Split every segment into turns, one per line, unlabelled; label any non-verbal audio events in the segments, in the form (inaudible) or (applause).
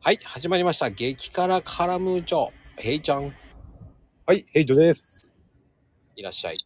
はい、始まりました。激辛カラムーチョ。ヘイちゃん、
はい、ヘイトです。
いらっしゃい。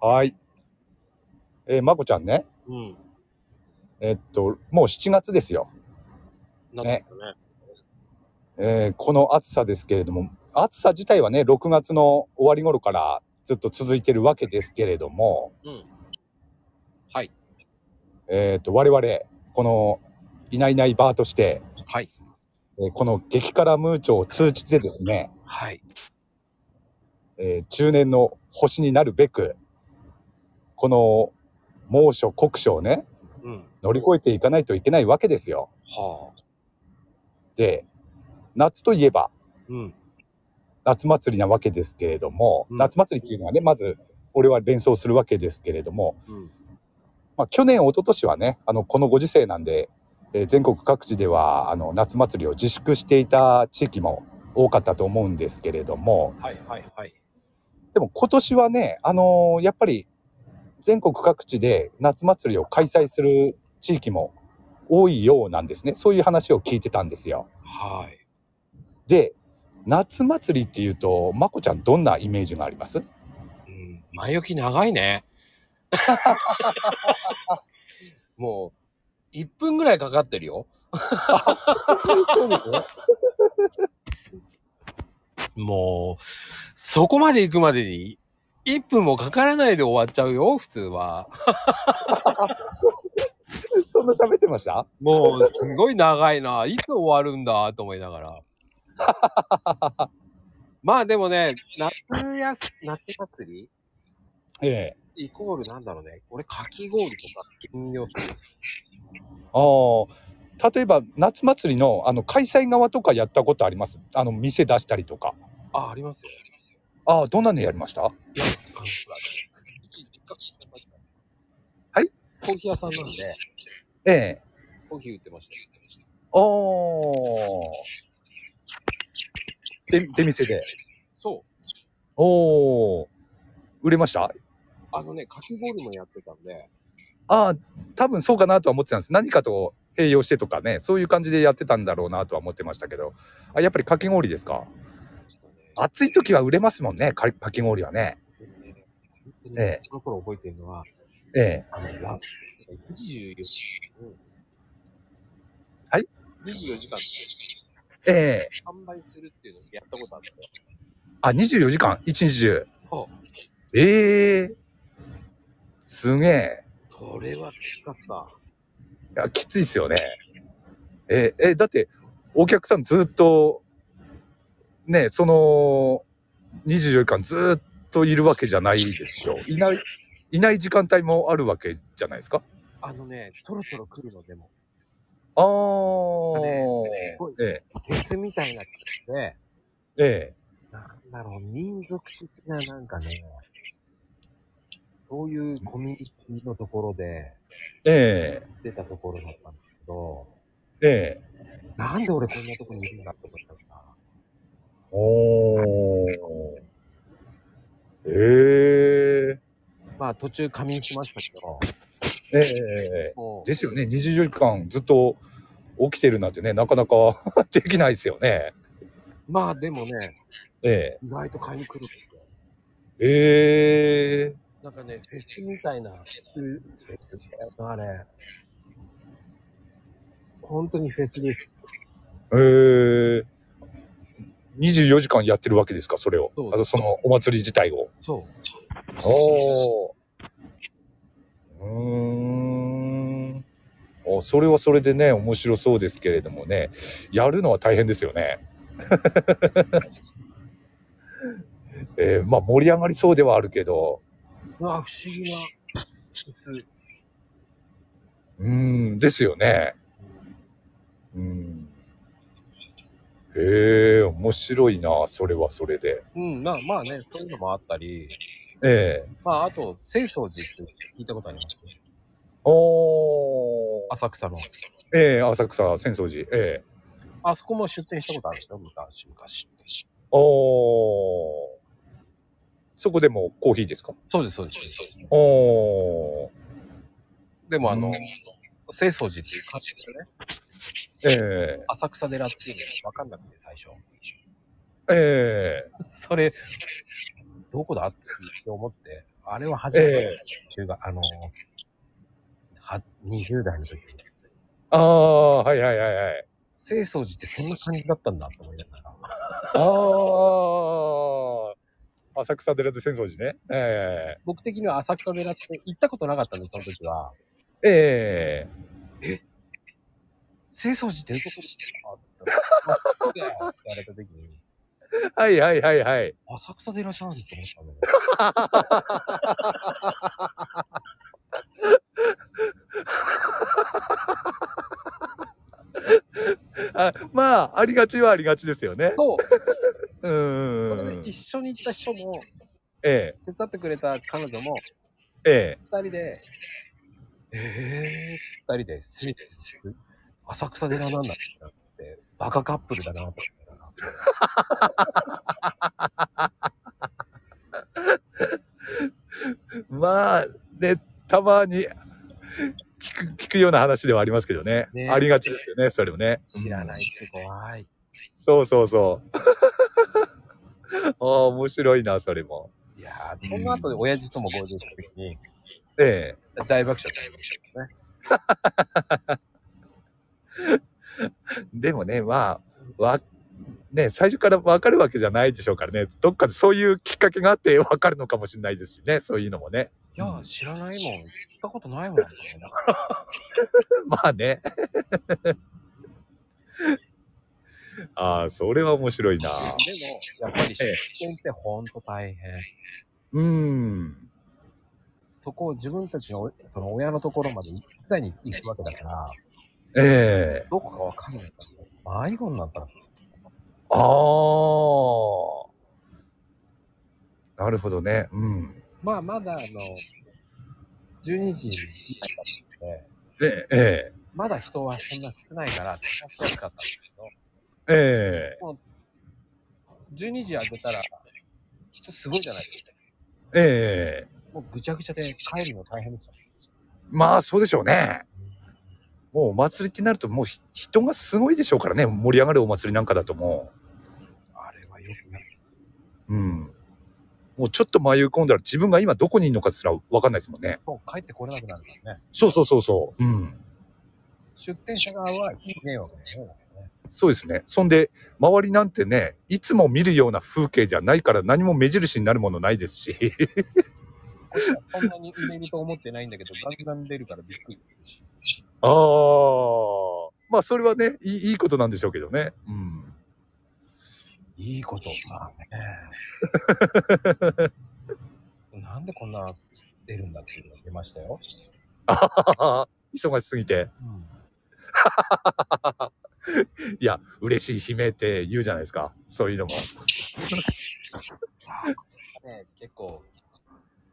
はーい。えー、まこちゃんね。
うん。
えっと、もう7月ですよ。
なんだろうね。
えーこの暑さですけれども、暑さ自体はね、6月の終わり頃からずっと続いてるわけですけれども、
うん。はい。
えっと、我々、この、いないいないバーとして、
はい。
えーこの激辛ムーチョを通じてですね、
はい。
えー中年の星になるべく、この猛暑、酷暑をね、
うん。
乗り越えていかないといけないわけですよ。
はあ。
で、夏といえば、
うん。
夏祭りなわけですけれども、
うん
夏祭りっていうのはねまず俺は連想するわけですけれども、
うん。
まあ、去年一昨年はねあのこのご時世なんで、えー全国各地ではあの夏祭りを自粛していた地域も多かったと思うんですけれども
はいはいはい。
でも今年はね、あのーやっぱり全国各地で夏祭りを開催する地域も多いようなんですねそういう話を聞いてたんですよ。
はい。
で夏祭りっていうとまこちゃんどんなイメージがあります
うん。前置き長いね。 (laughs) もう、1分ぐらいかかってるよ。
そうですね
もう、そこまで行くまでに、1分もかからないで終わっちゃうよ、普通は。
(laughs) そんな喋ってました
もう、すごい長いな。いつ終わるんだと思いながら。
(laughs)
まあでもね、夏やす、夏祭り
ええ。
イコールなんだろうね。俺、かき氷とか、金魚する。
ああ。例えば、夏祭りの、あの、開催側とかやったことありますあの、店出したりとか。
あ、ありますよ。ありますよ。
ああ、どんなのやりました
いや、あの、ほら、実家近くに
は
あり
い
ますコーヒー屋さんなんで、
ええ。
コーヒー売ってました。売ってました。
ああ。で、出店で。
そう。
おお。売れました
あのね、かき氷もやってたんで、
ああ、多分そうかなとは思ってたんです。何かと併用してとかね、そういう感じでやってたんだろうなとは思ってましたけど。あ、やっぱりかき氷ですか
ちょっとね、
暑い時は売れますもんね、かかき氷はね。
でもね、本当に、
ええ
その頃覚えてるのは、
ええ。
あの、ラスト24時間。
はい。
24時間
ええ。
販売するっていうのをやったことあるんだよ。
あ、24時間一日中。
そう。
ええすげえ。
それはきつかった。
いや、きついですよね。えーえだって、お客さんずっと、ね、その、24時間ずっといるわけじゃないでしょ。
(laughs)
いない、いない時間帯もあるわけじゃないですか。
あのね、ちょろちょろ来るのでも、
あ
あ
あ、
ねすごい
え
フェスみたいな感じで、
ええ
なんだろう、民族的ななんかね、そういうコミュニティのところで
ええ
出たところだったんですけど、
ええ
なんで俺こんなとこにいるんだって思ったのかな。
おー。ええ
まあ途中仮眠しましたけど、
ええ
もう
ですよね24時間ずっと起きてるなんてねなかなか (laughs) できないですよね
まあでもね、
え
意外と買いに来るって。
ええ
なんかね、フェスみたいな、フェスだよなあれ。本当にフェスです。
ええ24時間やってるわけですかそれを
そう
あとそのお祭り自体を
そう。
おおうーんおそれはそれでね面白そうですけれどもねやるのは大変ですよね (laughs) えー、まあ盛り上がりそうではあるけど
うわ、不思議なフェス。
うーん、ですよね。うん。へえ、面白いな、それはそれで。
うん、まあまあね、そういうのもあったり、
ええ
まああと、清掃寺って聞いたことあります
おー。
浅草の。
ええ浅草、浅草寺。ええ
あそこも出店したことあるんですよ、昔、昔。
おー。そこでもコーヒーですか
そうです、そうです。
おー。
でもあの、
うん
清掃寺っていう感じですね。
ええ
浅草寺っていうのが分かんなくて、最初。
え
それ、どこだって思って、あれは初めて、中学、あの、は20代の時に。
えああ、はいはいはいはい。
清掃寺ってこんな感じだったんだって思いながら。
ああ、浅草寺で浅草寺ね。え
僕的には浅草寺って行ったことなかったんで、その時は。
ええ
清掃寺ってどこですかって言ったら、あそうだよって言われた時に、
えはいはいはいはい。
浅草寺じゃんって思ったのよ。
あまあ、ありがちはありがちですよね。
と、
うんうんう
こ
んう
れ
ん
で。一緒に行った人も、
え
手伝ってくれた彼女も、
え、え
二人で、えー、二人で、すみです。浅草寺なんだって、バカカップルだなと思ったら、
え。まあ、ね、たまに聞く、聞くような話ではありますけどね。
ね
ありがちですよね、それもね。
知らない
うん
って怖い。
そうそうそう。 (laughs) ああ、面白いな、それも。
いやー、その後で親父とも合流した時に、
ええ。
大爆笑、大爆笑ですね。
でもね、まあ、わ、ね、最初から分かるわけじゃないでしょうからね。どっかでそういうきっかけがあって分かるのかもしれないですしね、そういうのもね。
いやー、知らないもん。行ったことないもん、ね。だから
まあね。 (laughs) ああ、それは面白いな。
でも、やっぱり出店ってほんと大変。
うーん。
そこを自分たちがお、その親のところまで一切に行くわけだから、
ええ
どこかわかんないから、迷子になったら、
ああ。なるほどね。うん。
まあ、まだあの、12時以降だったので、
ええ
まだ人はそんな少ないから、探しやすかったんですけど、
ええ
12時開けたら、人すごいじゃないですか。
えええ
もうぐちゃぐちゃで帰るの大変ですよ。
まあ、そうでしょうね。もうお祭りってなると、もうひ人がすごいでしょうからね。盛り上がるお祭りなんかだとも。
あれはよくないう
うん。もうちょっと迷い込んだら自分が今どこにいるのかすら分かんないですもんね。
そう、帰ってこれなくなるからね。
そうそうそうそう。うん。
出店者側はいい迷惑だよね。
そうですね。そんで、周りなんてね、いつも見るような風景じゃないから何も目印になるものないですし、 (laughs)
そんなに売れると思ってないんだけど、ガンガン出るからびっくりするし。
ああ、まあそれはねいい、いいことなんでしょうけどね。うん。 (laughs)
いいことだね。 (laughs) なんでこんな出るんだっていうのが出ましたよ。
忙しすぎて、
うん、
いや、嬉しい悲鳴って言うじゃないですか。そういうのも。
ね結構、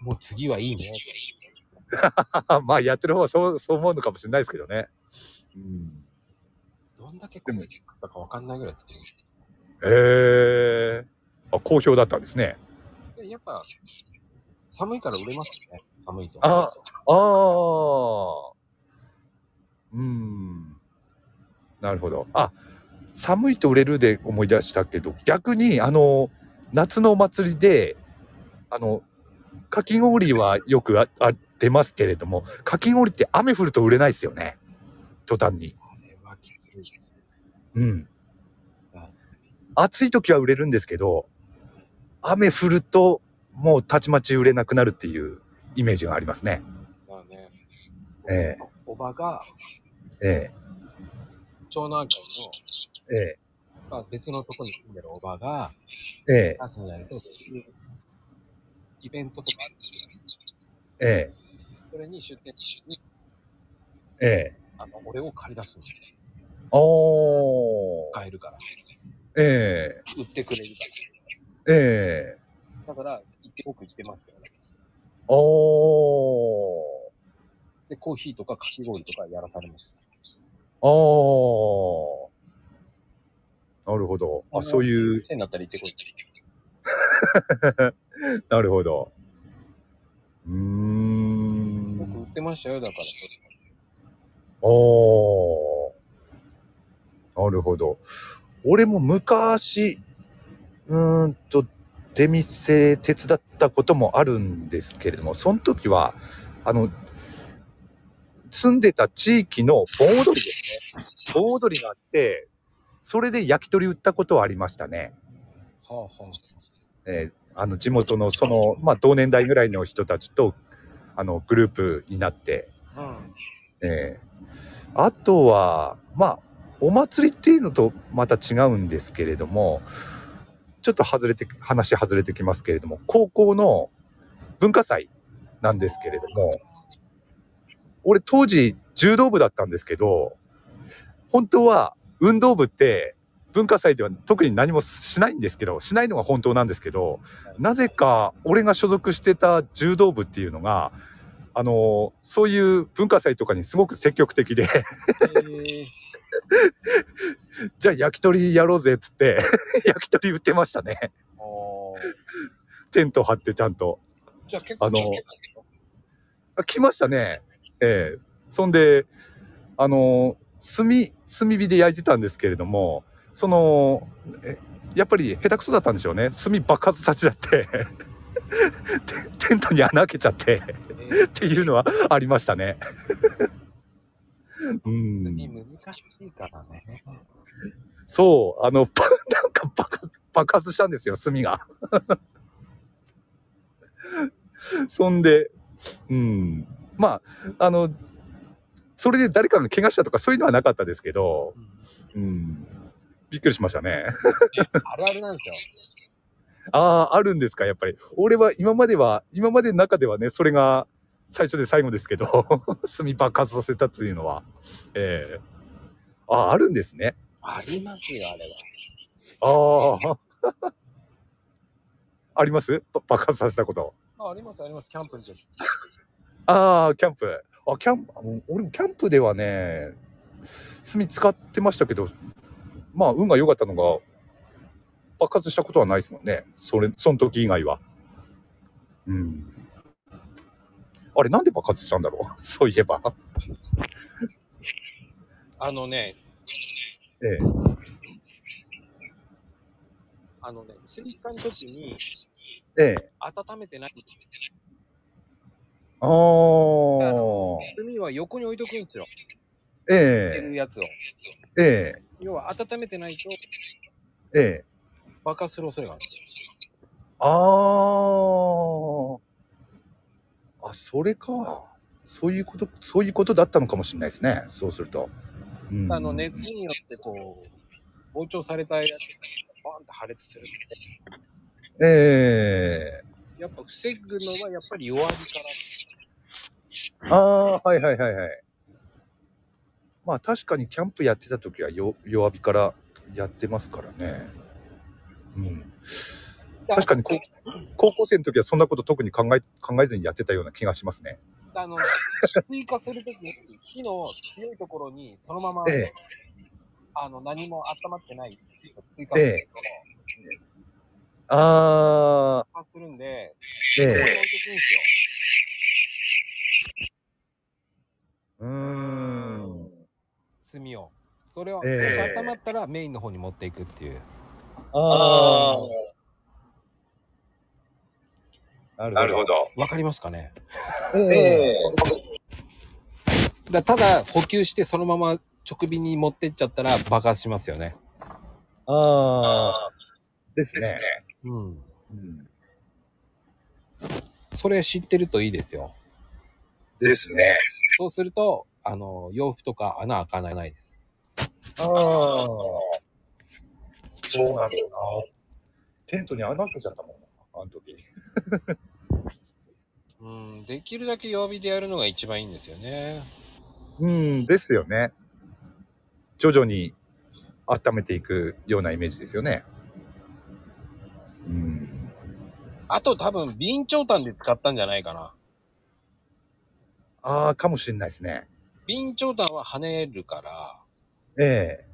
もう次はいいね。
(laughs) まあやってる方はそう、そう思うのかもしれないですけどね。うん。
どんだけこれ食ったかわかんないぐらい作るんです
ええあ、好評だったんですね。
よでやっぱ、寒いから売れますよね。寒いと。
あああ。うん。なるほど。あ、寒いと売れるで思い出したけど、逆に、あの、夏のお祭りで、あの、かき氷はよくああ出ますけれども、かき氷って雨降ると売れないですよね。途端に。
あれはきついですね。
うん
あ。
暑い時は売れるんですけど、雨降るともうたちまち売れなくなるっていうイメージがありますね。
だからね、
え
おばが、
え
長男会
ええ
の、まあ、別のとこに住んでるおばが、
ええ
朝になると、そういうイベントとかあるんですよ。
え
それに出店しに、
え、ええ。
あの、俺を借り出すんです。
おー。
買えるから。
え
売ってくれるか
え、ええ、
ら。だから、行って僕行ってましたよね。
おー。
で、コーヒーとかかき氷とかやらされました。
おー。なるほど。あ、そういう、
店になったら行ってこいって。
なるほど。うーん
僕売ってましたよ、だから。
おー。なるほど。俺も昔、うーんと、出店手伝ったこともあるんですけれども、その時は、あの、住んでた地域の盆踊りですね。盆踊りがあって、それで焼き鳥売ったことはありましたね。
はあはあ。
えーあの地元のその、まあ、同年代ぐらいの人たちとあのグループになって、
うん。
えーあとはまあお祭りっていうのとまた違うんですけれどもちょっと外れて話外れてきますけれども高校の文化祭なんですけれども俺当時柔道部だったんですけど本当は運動部って文化祭では特に何もしないんですけどしないのが本当なんですけどなぜか俺が所属してた柔道部っていうのがあのそういう文化祭とかにすごく積極的で
えー
じゃあ焼き鳥やろうぜっつって (laughs) 焼き鳥売ってましたね
あー
テント張ってちゃんと
じゃあ結構、
あの
じゃ結構
あ来ましたねええそんであの炭炭火で焼いてたんですけれどもそのえやっぱり下手くそだったんでしょうね炭爆発させちゃって (laughs) テテントに穴開けちゃって
えー
っていうのはありましたね。 (laughs) うん、
難しいからね。
そう、あの、 (laughs) ばなんか爆発爆発したんですよ、炭が。 (laughs) そんで、うん、まあ、あの、それで誰かが怪我したとかそういうのはなかったですけど、うん、びっくりしましたね。 (laughs)
あるあるなんですよ。
ああ、あるんですか、やっぱり。俺は今までは、今までの中ではね、それが最初で最後ですけど、 (laughs) 炭爆発させたっていうのは。ええああ、あるんですね。
ありますよ、あれは。
ああ。 (laughs) ありますば爆発させたこと。
あありますあります、キャンプの時。
ああ、キャンプ。あ、キャンプ、俺もキャンプではね、炭使ってましたけど、まあ、運が良かったのが、爆発したことはないですもんね。それ、その時以外は。うん。あれ、なんで爆発したんだろう (laughs) そういえば。
あのね、
ええ。
あのね、スイカの時に
ええ。
温めてない。
あ
炭
あ。
は横に置いとくんですよ。入れ
え
るやつを。
え。ええ。
要は温めてないと
ええ。
爆発する恐れがあるんですよ。
ああ。あ、それか。そういうこと、そういうことだったのかもしれないですね。そうすると。うん
あの熱によってこう、膨張されたやつがバーンって破裂するんで。
ええ
やっぱ防ぐのはやっぱり弱火から。
ああ、はいはいはいはい。まあ確かにキャンプやってた時はよ弱火からやってますからね。うん。確かにこ高校生の時はそんなこと特に考え、考えずにやってたような気がしますね。
あの、追加するときに、火の強いところに、そのまま、
ええ
あの、何も温まってない、追加すると、
あ
爆発するんで、
あ、
こう
ええ
置いとくんですよ。
うーん。
炭を。それを、
え
も
え
し温まったらメインの方に持っていくっていう。
ああ。
なるほ。ど。
わかりますかね
ええ
だただ、補給してそのまま直火に持ってっちゃったら爆発しますよね。
ああ。です
ですね
ね。。
うん。
うん
それ知ってるといいですよ。
ですね。
そうすると、あの、洋服とか穴開かないです。
ああ。
そうなんだよ
テントに穴開けちゃったもん。あの時。
うん、できるだけ曜日でやるのが一番いいんですよね。
うん、ですよね。徐々に温めていくようなイメージですよね。うん。
あと多分、備長炭で使ったんじゃないかな。
ああ、かもしれないですね。
備長炭は跳ねるから、
え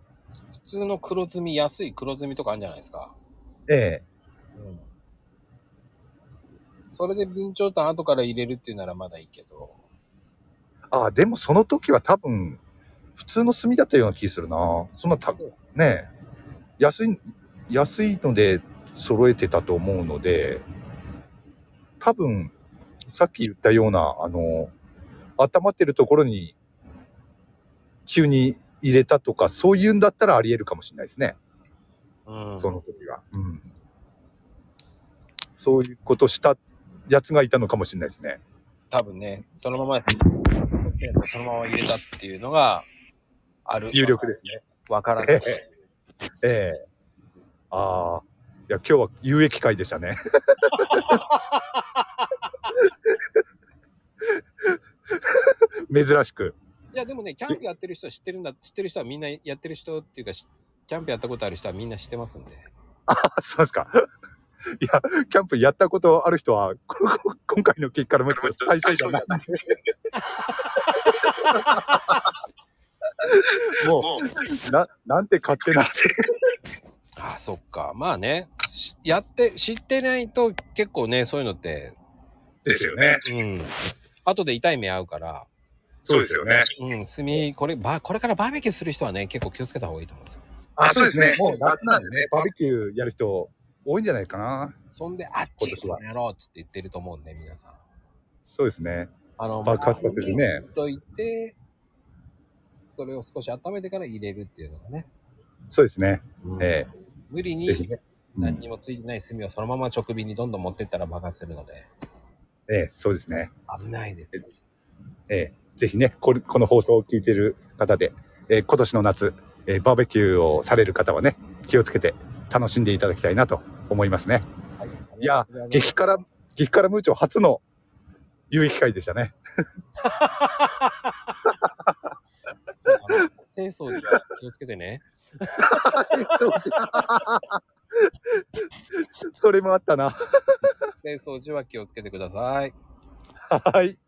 普通の黒炭、安い黒炭とかあるんじゃないですか。
ええ
うん。それで備長炭後から入れるっていうならまだいいけど。
えああ、でもその時は多分、普通の炭だったような気するな。そんなた、ねえ、安い、安いので揃えてたと思うので、多分、さっき言ったような、あの、温まってるところに、急に入れたとか、そういうんだったらあり得るかもしれないですね。
うん
その時は。うん。そういうことしたやつがいたのかもしれないですね。
多分ね、そのまま、そのまま入れたっていうのが、ある。
有力ですね。
わからない。
ええ。ええ。ああ。いや、今日は有益会でしたね。珍しく。
いやでもね、キャンプやってる人は知ってるんだ、知ってる人はみんなやってる人っていうか、しキャンプやったことある人はみんな知ってますんで。
あ、そうですか。いや、キャンプやったことある人は、こ (laughs) こ今回の結果の対象じゃない。
(laughs)
もう、な、なんて勝手な。
あ、そっか。まあね、しやって、知ってないと結構ね、そういうのって、
ですよね。
うん。後で痛い目合うから、
そうですよね。
うん、炭、これ、ば、これからバーベキューする人はね、結構気をつけた方がいいと思うんですよ。
あ、そうですね。
もう夏なんでね、バーベキューやる人多いんじゃないかな。
そんで、あっ
今
ち、
年は
この野郎っつって言ってると思うんで、皆さん。
そうですね。
あの、
爆発させてね
置いといて、それを少し温めてから入れるっていうのがね。
そうですね。
うん
え
無理
え
に
ぜひね。うん
何にもついてない炭をそのまま直火にどんどん持ってったら爆発するので
ええ、そうですね。
危ないですよ
ええ、ぜひね、これこの放送を聞いている方で、ええ今年の夏、ええバーベキューをされる方はね、気をつけて楽しんでいただきたいなと思いますね。
はい
いや激辛、激辛ムーチョ初の有益会でしたね。
そうあの清掃には気をつけてね
(laughs) そうじゃ (laughs) それもあったな。
清掃時は気をつけてください
はい。